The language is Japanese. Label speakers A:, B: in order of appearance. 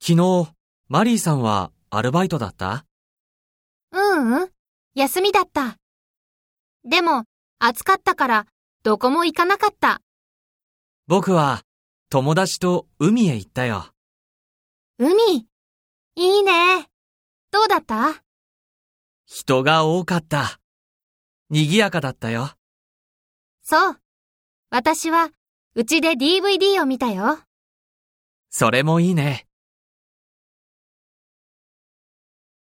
A: 昨日、マリーさんはアルバイトだった
B: ううん、休みだった。でも、暑かったから、どこも行かなかった。
A: 僕は友達と海へ行ったよ。
B: 海。いいね。どうだった
A: 人が多かった。賑やかだったよ。
B: そう。私は、うちで DVD を見たよ。
A: それもいいね。